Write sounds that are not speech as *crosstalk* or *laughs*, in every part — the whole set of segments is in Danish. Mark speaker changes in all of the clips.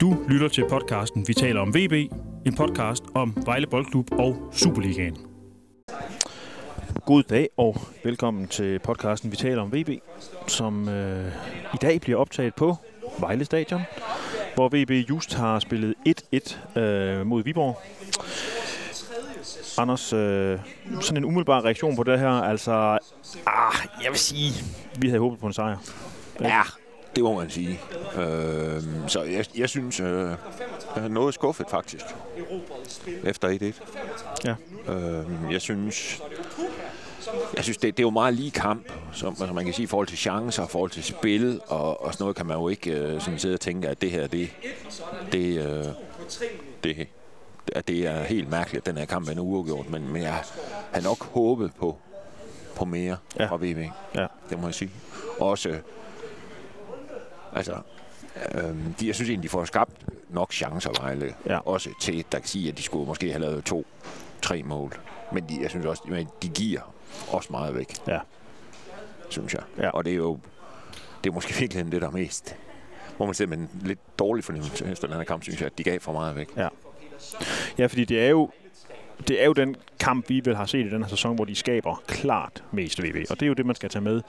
Speaker 1: Du lytter til podcasten Vi taler om VB, en podcast om Vejle Boldklub og Superligaen. God dag og velkommen til podcasten Vi taler om VB, som øh, i dag bliver optaget på Vejle Stadion, hvor VB just har spillet 1-1 øh, mod Viborg. Anders, øh, sådan en umiddelbar reaktion på det her, altså, ah, jeg vil sige, vi havde håbet på en sejr.
Speaker 2: Ja, det må man sige. Øh, så jeg, jeg synes, øh, jeg er noget skuffet faktisk. Efter 1-1.
Speaker 1: Ja.
Speaker 2: Øh, jeg synes, jeg synes det, det er jo meget lige kamp. Som, altså man kan sige, i forhold til chancer, i forhold til spil og, og sådan noget, kan man jo ikke øh, sådan sidde og tænke, at det her, det, det, øh, det, at det er helt mærkeligt, at den her kamp er nu uafgjort. Men, men jeg har nok håbet på, på mere
Speaker 1: Ja.
Speaker 2: ja. fra VB.
Speaker 1: Ja.
Speaker 2: Det må jeg sige. Også, øh, Altså, øhm, de, jeg synes egentlig, de får skabt nok chancer, Vejle.
Speaker 1: Ja.
Speaker 2: Også til, der kan sige, at de skulle måske have lavet to, tre mål. Men de, jeg synes også, men de giver også meget væk,
Speaker 1: Ja,
Speaker 2: synes jeg.
Speaker 1: Ja.
Speaker 2: Og det er jo det er måske *laughs* virkelig det, der er mest. Hvor man ser med en lidt dårlig fornemmelse efter den her kamp, synes jeg, at de gav for meget væk.
Speaker 1: Ja, fordi det er jo det er jo den kamp, vi vel har set i den her sæson, hvor de skaber klart mest VB. Og det er jo det, man skal tage med.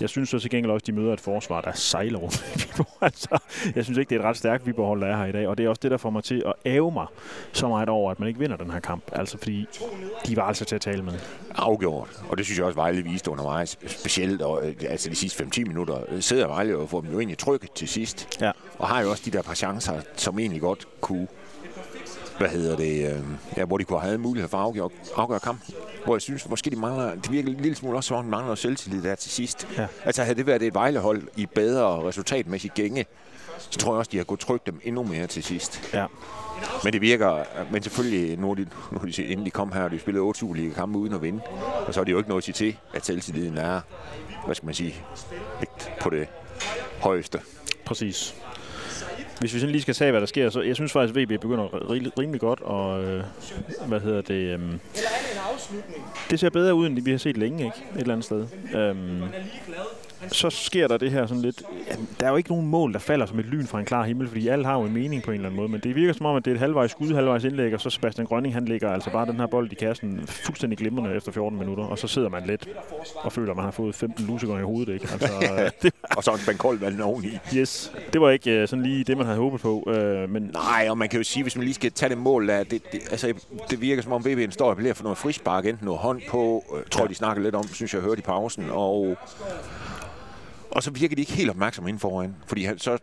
Speaker 1: Jeg synes så til gengæld også, at de møder et forsvar, der sejler rundt *laughs* i Viborg. altså, jeg synes ikke, det er et ret stærkt Viborg-hold, der er her i dag. Og det er også det, der får mig til at æve mig så meget over, at man ikke vinder den her kamp. Altså fordi, de var altså til at tale med.
Speaker 2: Afgjort. Og det synes jeg også, Vejle viste undervejs. Specielt og, øh, altså de sidste 5-10 minutter øh, sidder Vejle og får dem jo egentlig trykket til sidst.
Speaker 1: Ja,
Speaker 2: Og har jo også de der par chancer, som egentlig godt kunne, hvad hedder det, øh, ja, hvor de kunne have havde mulighed for at afgøre, afgøre kampen. Hvor jeg synes, måske de mangler, det virker en lille smule også, som om de mangler noget selvtillid der til sidst.
Speaker 1: Ja.
Speaker 2: Altså havde det været et vejlehold i bedre resultatmæssig gænge, så tror jeg også, de har kunnet trykke dem endnu mere til sidst.
Speaker 1: ja,
Speaker 2: Men det virker, men selvfølgelig, nu er de, nu er de, inden de kom her, og de spillede 8 Superliga kampe uden at vinde. Og så er det jo ikke noget at sige til, at selvtilliden er, hvad skal man sige, lidt på det højeste.
Speaker 1: præcis. Hvis vi sådan lige skal tage, hvad der sker, så jeg synes faktisk, at VB begynder ri- rimelig godt, og øh, hvad hedder det... Øh, det ser bedre ud, end det, vi har set længe, ikke? Et eller andet sted. Øhm, så sker der det her sådan lidt... Ja, der er jo ikke nogen mål, der falder som et lyn fra en klar himmel, fordi alle har jo en mening på en eller anden måde, men det virker som om, at det er et halvvejs skud, halvvejs indlæg, og så Sebastian Grønning, han lægger altså bare den her bold i kassen fuldstændig glimrende efter 14 minutter, og så sidder man lidt og føler, at man har fået 15 lusekøjer i hovedet, ikke? Altså, øh, det,
Speaker 2: Og så en Bank Holvald oveni.
Speaker 1: yes. det var ikke øh, sådan lige det, man havde håbet på, øh, men
Speaker 2: Nej, og man kan jo sige, hvis man lige skal tage det mål, der, det, det, altså, det virker som om VB'en står og appellerer for noget frispark, enten noget hånd på, øh, tror jeg, de snakker lidt om, synes jeg, jeg hørte i pausen, og, og så virker de ikke helt opmærksomme inden foran, fordi han, så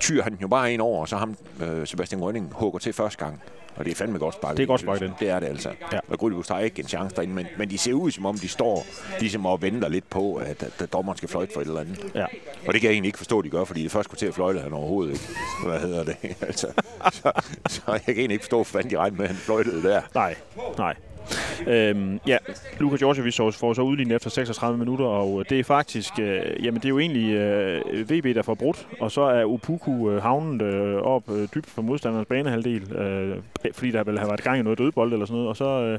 Speaker 2: tyrer han den jo bare ind over, og så ham, øh, Sebastian Rønning, hugger til første gang. Og det er fandme godt sparket.
Speaker 1: Det er godt
Speaker 2: jeg synes.
Speaker 1: sparket
Speaker 2: Det er det altså.
Speaker 1: Ja.
Speaker 2: Ja. Og Grydebus har ikke en chance derinde, men, men de ser ud, som om de står ligesom og venter lidt på, at, at, at dommeren skal fløjte for et eller andet.
Speaker 1: ja.
Speaker 2: Og det kan jeg egentlig ikke forstå, at de gør, fordi det første kvarter fløjtede han overhovedet ikke. Hvad hedder det? *laughs* altså, så, så jeg kan egentlig ikke forstå, hvad fanden de regnede med, at han fløjtede der.
Speaker 1: Nej, nej. Øhm, ja, Luka Djordjevic så- får så udlignet efter 36 minutter, og øh, det er faktisk, øh, jamen det er jo egentlig øh, VB, der får brudt, og så er Upuku øh, havnet øh, op øh, dybt for modstanderens banehalvdel, øh, fordi der vel har været gang i noget dødbold eller sådan noget, og så øh,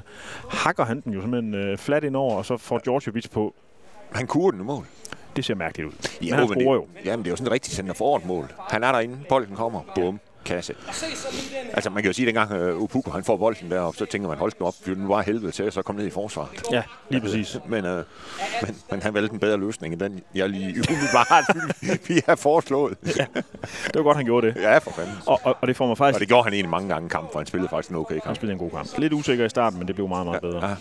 Speaker 1: hakker han den jo simpelthen øh, flat ind over, og så får Djordjevic på.
Speaker 2: Han kurer den i mål.
Speaker 1: Det ser mærkeligt ud. men han
Speaker 2: det,
Speaker 1: scorer jo.
Speaker 2: Jamen, det er jo sådan et rigtigt center forward mål. Han er derinde, bolden kommer, bum, kasse. Altså, man kan jo sige, at dengang uh, Upuko, han får bolden der, og så tænker man, hold den op, for den var helvede til, og så kom ned i forsvaret.
Speaker 1: Ja, lige præcis.
Speaker 2: Men, øh, men, men han valgte en bedre løsning, end den, jeg lige *laughs* umiddelbart vi har foreslået.
Speaker 1: *laughs* Det var godt, han gjorde det.
Speaker 2: Ja, for fanden.
Speaker 1: Og, og, og det får mig faktisk
Speaker 2: Og det gjorde han egentlig mange gange i kampen, for han spillede faktisk en okay kamp.
Speaker 1: Han spillede en god kamp. Lidt usikker i starten, men det blev meget, meget bedre.
Speaker 2: ja.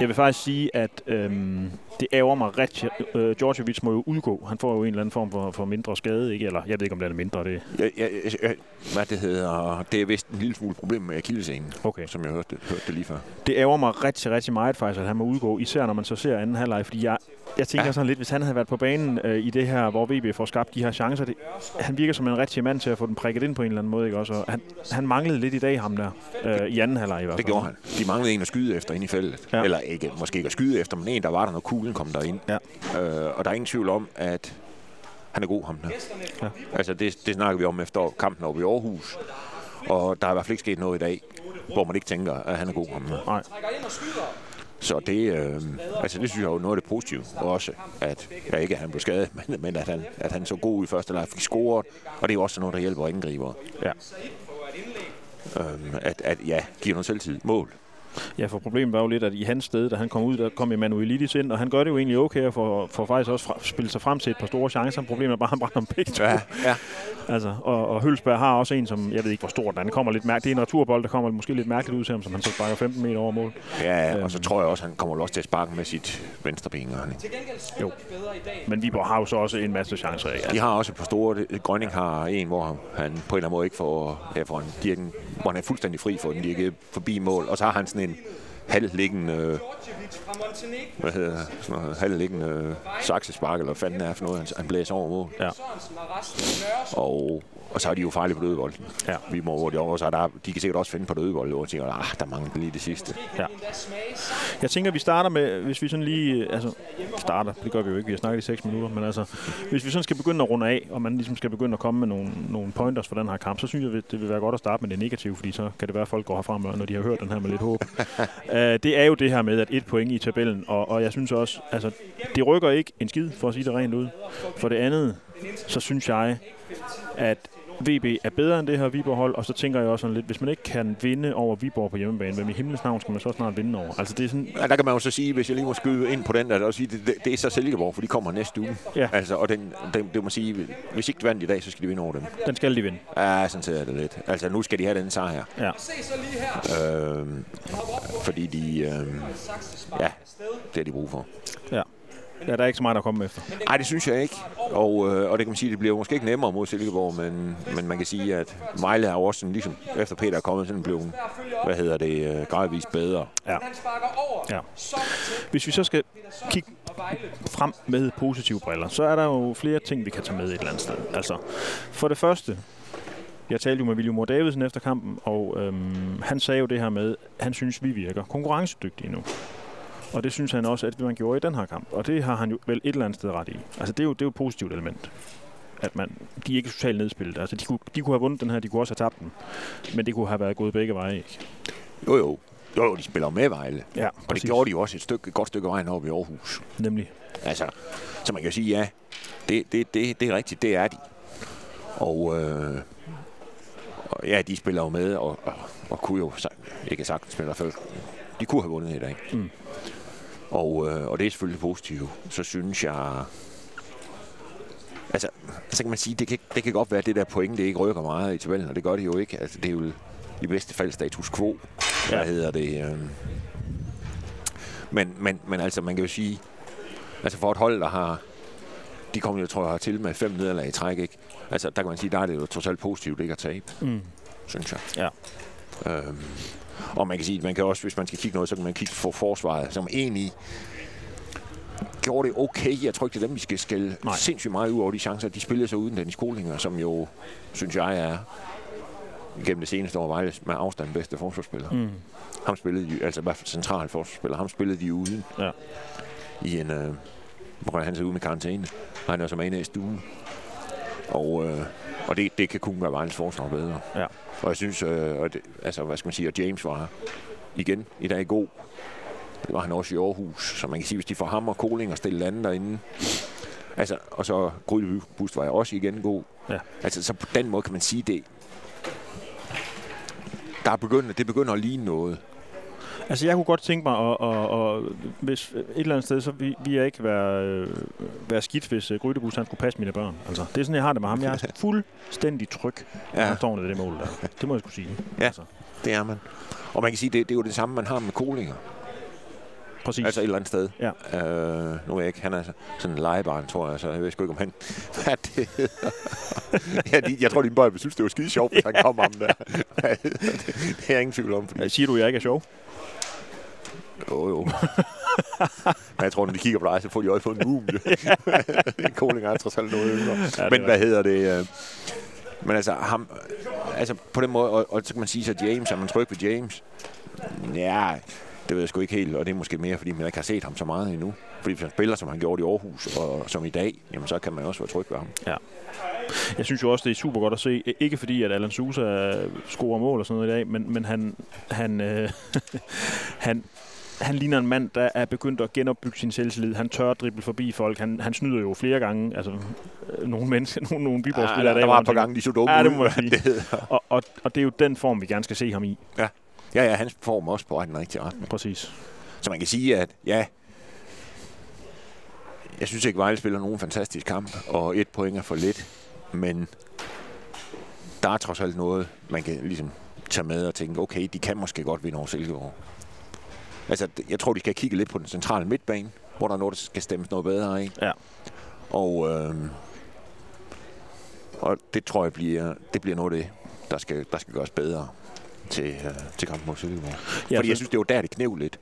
Speaker 1: Jeg vil faktisk sige, at øhm, det ærger mig ret. Øh, Djordjevic må jo udgå. Han får jo en eller anden form for, for mindre skade, ikke? Eller jeg ved ikke, om den er mindre. Det.
Speaker 2: Jeg, jeg, jeg, jeg, hvad det hedder, det er vist en lille smule problem med akillescenen,
Speaker 1: Okay.
Speaker 2: som jeg hørte, det- hørte det lige før.
Speaker 1: det ærger mig rigtig, rigtig meget faktisk, at han må udgå. Især når man så ser anden halvleg, fordi jeg, jeg tænker ja.
Speaker 2: Ja.
Speaker 1: sådan lidt, hvis han havde været på banen øh, i det her, hvor VB får skabt de her chancer. Det, han virker som en rigtig mand til at få den prikket ind på en eller anden måde, ikke også? Og han, han manglede lidt i dag, ham der. Øh, I anden halvleg i hvert fald.
Speaker 2: Det gjorde han. De manglede en at skyde efter inde i feltet.
Speaker 1: Ja.
Speaker 2: Ja. Eller ikke, måske ikke at skyde efter, men en, der var der, når kuglen kom derind.
Speaker 1: Ja.
Speaker 2: Øh, og der er ingen tvivl om, at han er god, ham der.
Speaker 1: Ja.
Speaker 2: Ja. Altså, det, det snakker vi om efter kampen oppe i Aarhus. Og der er i hvert fald ikke sket noget i dag, hvor man ikke tænker, at han er god, ham der.
Speaker 1: Nej.
Speaker 2: Så det, øh, altså det synes jeg jo noget af det positive også, at ja, ikke at han blev skadet, *laughs* men, men at, han, at han så god i første leg fik scoret, og det er jo også noget, der hjælper angriber.
Speaker 1: Ja.
Speaker 2: Øhm, at, at ja, giver noget selvtid. Mål.
Speaker 1: Ja, for problemet var jo lidt, at i hans sted, da han kom ud, der kom Emanuelidis ind, og han gør det jo egentlig okay, og får, får faktisk også fra, spillet sig frem til et par store chancer. Problemet er bare, at han brænder dem begge to.
Speaker 2: Ja, ja.
Speaker 1: Altså, og, og Hølsberg har også en, som jeg ved ikke, hvor stor den er. Den kommer lidt mærkeligt. Det er en returbold, der kommer måske lidt mærkeligt ud til ham, som han så sparker 15 meter over mål.
Speaker 2: Ja, ja, og så tror jeg også, han kommer også til at sparke med sit venstre ben. gør han ikke?
Speaker 1: Jo. Men Viborg har jo så også en masse chancer. Ikke?
Speaker 2: De
Speaker 1: Altså,
Speaker 2: har også et par store. Grønning har en, hvor han på en eller anden måde ikke får, ja, får en dirken, hvor han er fuldstændig fri for den dirke forbi mål. Og så har han sådan en halvliggende, øh, hvad hedder det, sådan noget, halvliggende øh, saksespark, eller hvad fanden det er for noget, han, han blæser over mål.
Speaker 1: Ja.
Speaker 2: Og, og så er de jo farlige på dødebolden.
Speaker 1: Ja.
Speaker 2: Vi må over de over, så er der, de kan sikkert også finde på dødebolden, hvor de tænker, ah, der mangler lige det sidste.
Speaker 1: ja. Jeg tænker, vi starter med, hvis vi sådan lige, øh, altså starter, det gør vi jo ikke, vi har snakket i 6 minutter, men altså, hvis vi sådan skal begynde at runde af, og man ligesom skal begynde at komme med nogle, nogle pointers for den her kamp, så synes jeg, det vil være godt at starte med det negative, fordi så kan det være, at folk går herfra, med, når de har hørt den her med lidt håb. uh, det er jo det her med, at et point i tabellen, og, og jeg synes også, altså, det rykker ikke en skid, for at sige det rent ud. For det andet, så synes jeg, at VB er bedre end det her Viborg-hold, og så tænker jeg også sådan lidt, hvis man ikke kan vinde over Viborg på hjemmebane, hvem i himlens navn skal man så snart vinde over? Altså det er sådan,
Speaker 2: Ja, der kan man jo så sige, hvis jeg lige må skyde ind på den, der, der sige, det, det, det er så Silkeborg, for de kommer næste uge.
Speaker 1: Ja.
Speaker 2: Altså, og den, den, det må sige, hvis ikke de vandt i dag, så skal de vinde over dem.
Speaker 1: den skal de vinde.
Speaker 2: Ja, sådan ser jeg det lidt. Altså, nu skal de have den sejr her.
Speaker 1: Ja.
Speaker 2: Øhm, fordi de... Øhm, ja, det har de brug for.
Speaker 1: ja. Ja, der er ikke så meget at komme efter.
Speaker 2: Nej, det synes jeg ikke. Og, øh, og det kan man sige, det bliver måske ikke nemmere mod Silkeborg, men, men man kan sige, at Vejle har jo også sådan, ligesom efter Peter er kommet, sådan blevet, hvad hedder det, øh, gradvist bedre.
Speaker 1: Ja. ja. Hvis vi så skal kigge frem med positive briller, så er der jo flere ting, vi kan tage med et eller andet sted. Altså, for det første, jeg talte jo med William Moore Davidsen efter kampen, og øhm, han sagde jo det her med, at han synes, vi virker konkurrencedygtige nu. Og det synes han også, at man gjorde i den her kamp. Og det har han jo vel et eller andet sted ret i. Altså, det er jo, det er jo et positivt element at man, de er ikke totalt nedspillet. Altså, de kunne, de kunne have vundet den her, de kunne også have tabt den. Men det kunne have været gået begge veje, ikke?
Speaker 2: Jo, jo. Jo, jo, de spiller jo med Vejle.
Speaker 1: Ja,
Speaker 2: Og det gjorde de jo også et, stykke, et godt stykke af vejen op i Aarhus.
Speaker 1: Nemlig.
Speaker 2: Altså, så man kan jo sige, ja, det, det, det, det er rigtigt, det er de. Og, øh, og ja, de spiller jo med, og, og, og kunne jo sa- ikke sagtens spille før. De kunne have vundet i dag.
Speaker 1: Mm.
Speaker 2: Og, øh, og det er selvfølgelig positivt. Så synes jeg... Altså, så kan man sige, det kan, det kan godt være, at det der point, det ikke rykker meget i tabellen, og det gør det jo ikke. Altså, det er jo i bedste fald status quo, der
Speaker 1: Ja.
Speaker 2: hedder det. Øh. Men, men, men altså, man kan jo sige, altså for et hold, der har, de kom jo, tror jeg, til med fem nederlag i træk, ikke? Altså, der kan man sige, der er det jo trods alt positivt ikke at tabe,
Speaker 1: Mm.
Speaker 2: synes jeg.
Speaker 1: Ja.
Speaker 2: Øhm, og man kan sige, at man kan også, hvis man skal kigge noget, så kan man kigge på forsvaret, som egentlig gjorde det okay. Jeg tror ikke, det er dem, vi skal skælde
Speaker 1: Nej.
Speaker 2: sindssygt meget ud over de chancer. De spillede sig uden Dennis Kolinger, som jo, synes jeg, er gennem det seneste år Vejles med afstand bedste forsvarsspiller. Mm. Ham spillede de, altså i hvert fald central forsvarsspiller, ham spillede de uden
Speaker 1: Ja.
Speaker 2: i en... Øh, hvor han sidder ude med karantæne. Og han er som en af i stuen. Og, øh, og det, det kan kun gøre Vejles forsvar bedre.
Speaker 1: Ja.
Speaker 2: Og jeg synes, øh, og det, altså, hvad skal man sige, og James var igen i dag god. Det var han også i Aarhus, så man kan sige, hvis de får ham og Koling og stille lande derinde. Altså, og så Grydeby Bust var jeg også igen god.
Speaker 1: Ja.
Speaker 2: Altså, så på den måde kan man sige det. Der er begyndt, det begynder at ligne noget.
Speaker 1: Altså, jeg kunne godt tænke mig, at, at, at, at hvis et eller andet sted, så vi, vi er ikke være, øh, være skidt, hvis uh, Grydebus han skulle passe mine børn. Altså, det er sådan, jeg har det med ham.
Speaker 2: *laughs*
Speaker 1: Jeg er fuldstændig tryg, når
Speaker 2: Ja.
Speaker 1: han står under det mål der. Det må jeg skulle sige.
Speaker 2: Ja.
Speaker 1: Altså,
Speaker 2: Det er man. Og man kan sige, det, det er jo det samme, man har med Kolinger.
Speaker 1: præcis.
Speaker 2: Altså et eller andet sted.
Speaker 1: Ja.
Speaker 2: Øh, nu er jeg ikke, han er sådan en legebarn, tror jeg, så jeg ved sgu ikke, om han... *laughs* Hvad det hedder. ja, de, jeg tror, dine børn vil synes, det var skide sjovt, hvis han kom om der. *laughs* Hvad hedder det? det er jeg ingen tvivl om, fordi...
Speaker 1: Øh, Siger du, at jeg ikke er sjov?
Speaker 2: Jo, *laughs* jo. Men jeg tror, når de kigger på dig, så får de øje på en *laughs* mumie. Koling er trods alt noget yngre. Ja, men
Speaker 1: er
Speaker 2: hvad hedder det? øh, Men altså, ham, altså på den måde, og, og så kan man sige, så James, er man tryg ved James? Ja, det ved jeg sgu ikke helt, og det er måske mere, fordi man ikke har set ham så meget endnu. Fordi hvis han spiller, som han gjorde i Aarhus, og som i dag, jamen så kan man også være tryg ved ham.
Speaker 1: Ja. Jeg synes jo også, det er super godt at se. Ikke fordi, at Alan Sousa øh, scorer mål og sådan noget i dag, men, men *laughs* han, han, øh, han, han ligner en mand, der er begyndt at genopbygge sin selvtillid. Han tør at drible forbi folk. Han, han snyder jo flere gange. Altså, øh, nogle mennesker, *laughs* nogle, nogle biborgspillere.
Speaker 2: Ja, der, der var et par gange, de så dumme
Speaker 1: Ja, det
Speaker 2: ud,
Speaker 1: må jeg
Speaker 2: hvad
Speaker 1: sige.
Speaker 2: det hedder.
Speaker 1: Og, og, og det er jo den form, vi gerne skal se ham i.
Speaker 2: Ja. ja, ja, hans form er også på vej i den rigtige retning.
Speaker 1: Præcis.
Speaker 2: Så man kan sige, at ja, jeg synes ikke, Vejle spiller nogen fantastisk kamp, og et point er for lidt, men der er trods alt noget, man kan ligesom tage med og tænke, okay, de kan måske godt vinde over Silkeborg. Altså, d- jeg tror, de skal kigge lidt på den centrale midtbane, hvor der er noget, der skal stemmes noget bedre af.
Speaker 1: Ja.
Speaker 2: Og, øhm, og det tror jeg bliver, det bliver noget af det, der skal, der skal gøres bedre til, øh, til kampen mod Silkeborg. Ja, Fordi
Speaker 1: så-
Speaker 2: jeg synes, det var der, det knæv lidt.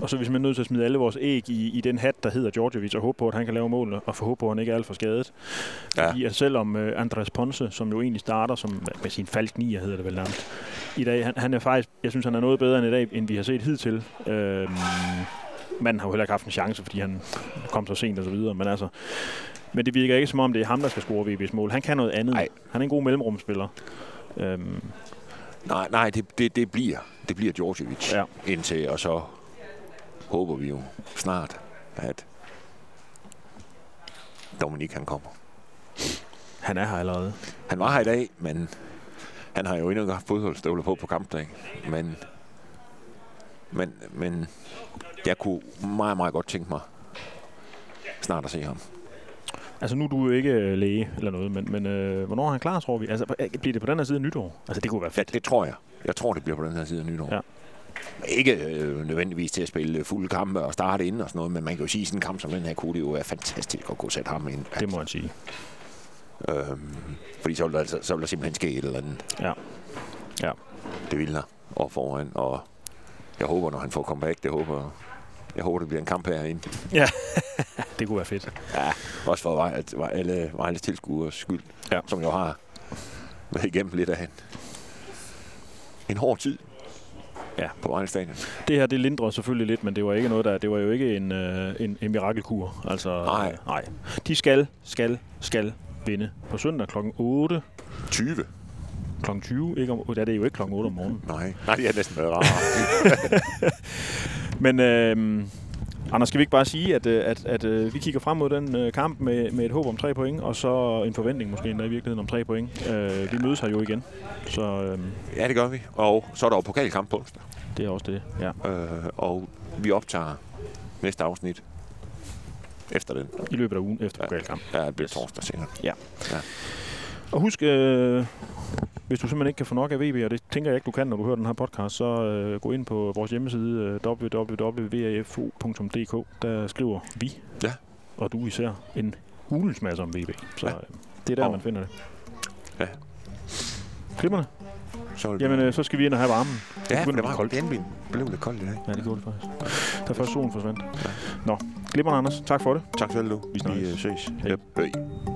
Speaker 1: Og så er vi simpelthen nødt til at smide alle vores æg i, i den hat, der hedder Djordjevic, og håbe på, at han kan lave målene, og forhåbe på, at han ikke er alt for skadet.
Speaker 2: Ja.
Speaker 1: Ja. Fordi at selvom uh, Andreas Ponce, som jo egentlig starter som, med sin falsk 9, hedder det vel nærmest, i dag, han, han er faktisk, jeg synes, han er noget bedre end i dag, end vi har set hidtil. Øhm, manden har jo heller ikke haft en chance, fordi han kom så sent og så videre, men altså... Men det virker ikke som om, det er ham, der skal score VB's mål. Han kan noget andet.
Speaker 2: Ej.
Speaker 1: Han er en god mellemrumspiller. Øhm,
Speaker 2: Nej, nej, det, det, det bliver, det bliver Djordjevic ja.
Speaker 1: Ja.
Speaker 2: indtil, og så håber vi jo snart, at Dominik han kommer.
Speaker 1: han er her allerede.
Speaker 2: Han var her i dag, men han har jo endnu ikke haft fodboldstøvler på på kampdag. Men, men, men jeg kunne meget, meget godt tænke mig snart at se ham.
Speaker 1: Altså nu er du jo ikke øh, læge eller noget, men, men øh, hvornår er han klar, tror vi? Altså øh, bliver det på den her side af nytår? Altså det kunne være
Speaker 2: Ja,
Speaker 1: fedt.
Speaker 2: det tror jeg. Jeg tror, det bliver på den her side af nytår.
Speaker 1: Ja.
Speaker 2: Ikke øh, nødvendigvis til at spille fulde kampe og starte ind og sådan noget, men man kan jo sige, at sådan en kamp som den her kunne det jo være fantastisk at kunne sætte ham ind.
Speaker 1: Det må han sige.
Speaker 2: Øhm, fordi så vil, der, altså, så vil der simpelthen ske et eller andet.
Speaker 1: Ja. Ja.
Speaker 2: Det vil der og foran. Og jeg håber, når han får comeback, det håber jeg håber, det bliver en kamp herinde.
Speaker 1: Det kunne være fedt.
Speaker 2: Også for Vej- at Vej- alle Vejles tilskuers skyld,
Speaker 1: Ja.
Speaker 2: som jo har været igennem lidt af en, en hård tid
Speaker 1: Ja.
Speaker 2: på Vejle Stadion.
Speaker 1: Det her det lindrer selvfølgelig lidt, men det var ikke noget der. Det var jo ikke en øh, en, en mirakelkur. Altså
Speaker 2: Nej.
Speaker 1: Øh, nej. De skal skal skal vinde på søndag klokken 8,
Speaker 2: 20?
Speaker 1: klokken 20, ikke om, ja, det er jo ikke klokken 8 om morgenen.
Speaker 2: Nej, Nej det er næsten været rarere.
Speaker 1: Men øh, Anders, skal vi ikke bare sige, at, øh, at, at øh, vi kigger frem mod den øh, kamp med, med et håb om tre point, og så øh, en forventning måske endda i virkeligheden om tre point. Øh, vi mødes her jo igen, så øh,
Speaker 2: ja, det gør vi. Og så er der jo pokalkamp på onsdag.
Speaker 1: det er også det. Ja.
Speaker 2: Øh, og vi optager næste afsnit efter den.
Speaker 1: I løbet af ugen efter pokalkamp.
Speaker 2: Ja, det bliver torsdag senere.
Speaker 1: Og husk, øh, hvis du simpelthen ikke kan få nok af VB, og det tænker jeg ikke, du kan, når du hører den her podcast, så øh, gå ind på vores hjemmeside øh, www.vafo.dk. Der skriver vi,
Speaker 2: Ja.
Speaker 1: og du især, en hulens masse om VB. Så
Speaker 2: Ja.
Speaker 1: øh, det er der,
Speaker 2: Og-
Speaker 1: man finder det.
Speaker 2: Ja.
Speaker 1: Glimmerne.
Speaker 2: Så vil
Speaker 1: Jamen, øh, så skal vi ind og have varmen.
Speaker 2: Ja, for
Speaker 1: begynder at
Speaker 2: det
Speaker 1: blive
Speaker 2: var
Speaker 1: koldt.
Speaker 2: koldt. Det blev lidt koldt i dag.
Speaker 1: Ja, det gjorde det faktisk. Da først solen forsvandt. Nå, glimrende Anders. Tak for det.
Speaker 2: Tak selv, du.
Speaker 1: Vi snakkes.
Speaker 2: øh, ses.
Speaker 1: Hej.
Speaker 2: Hej.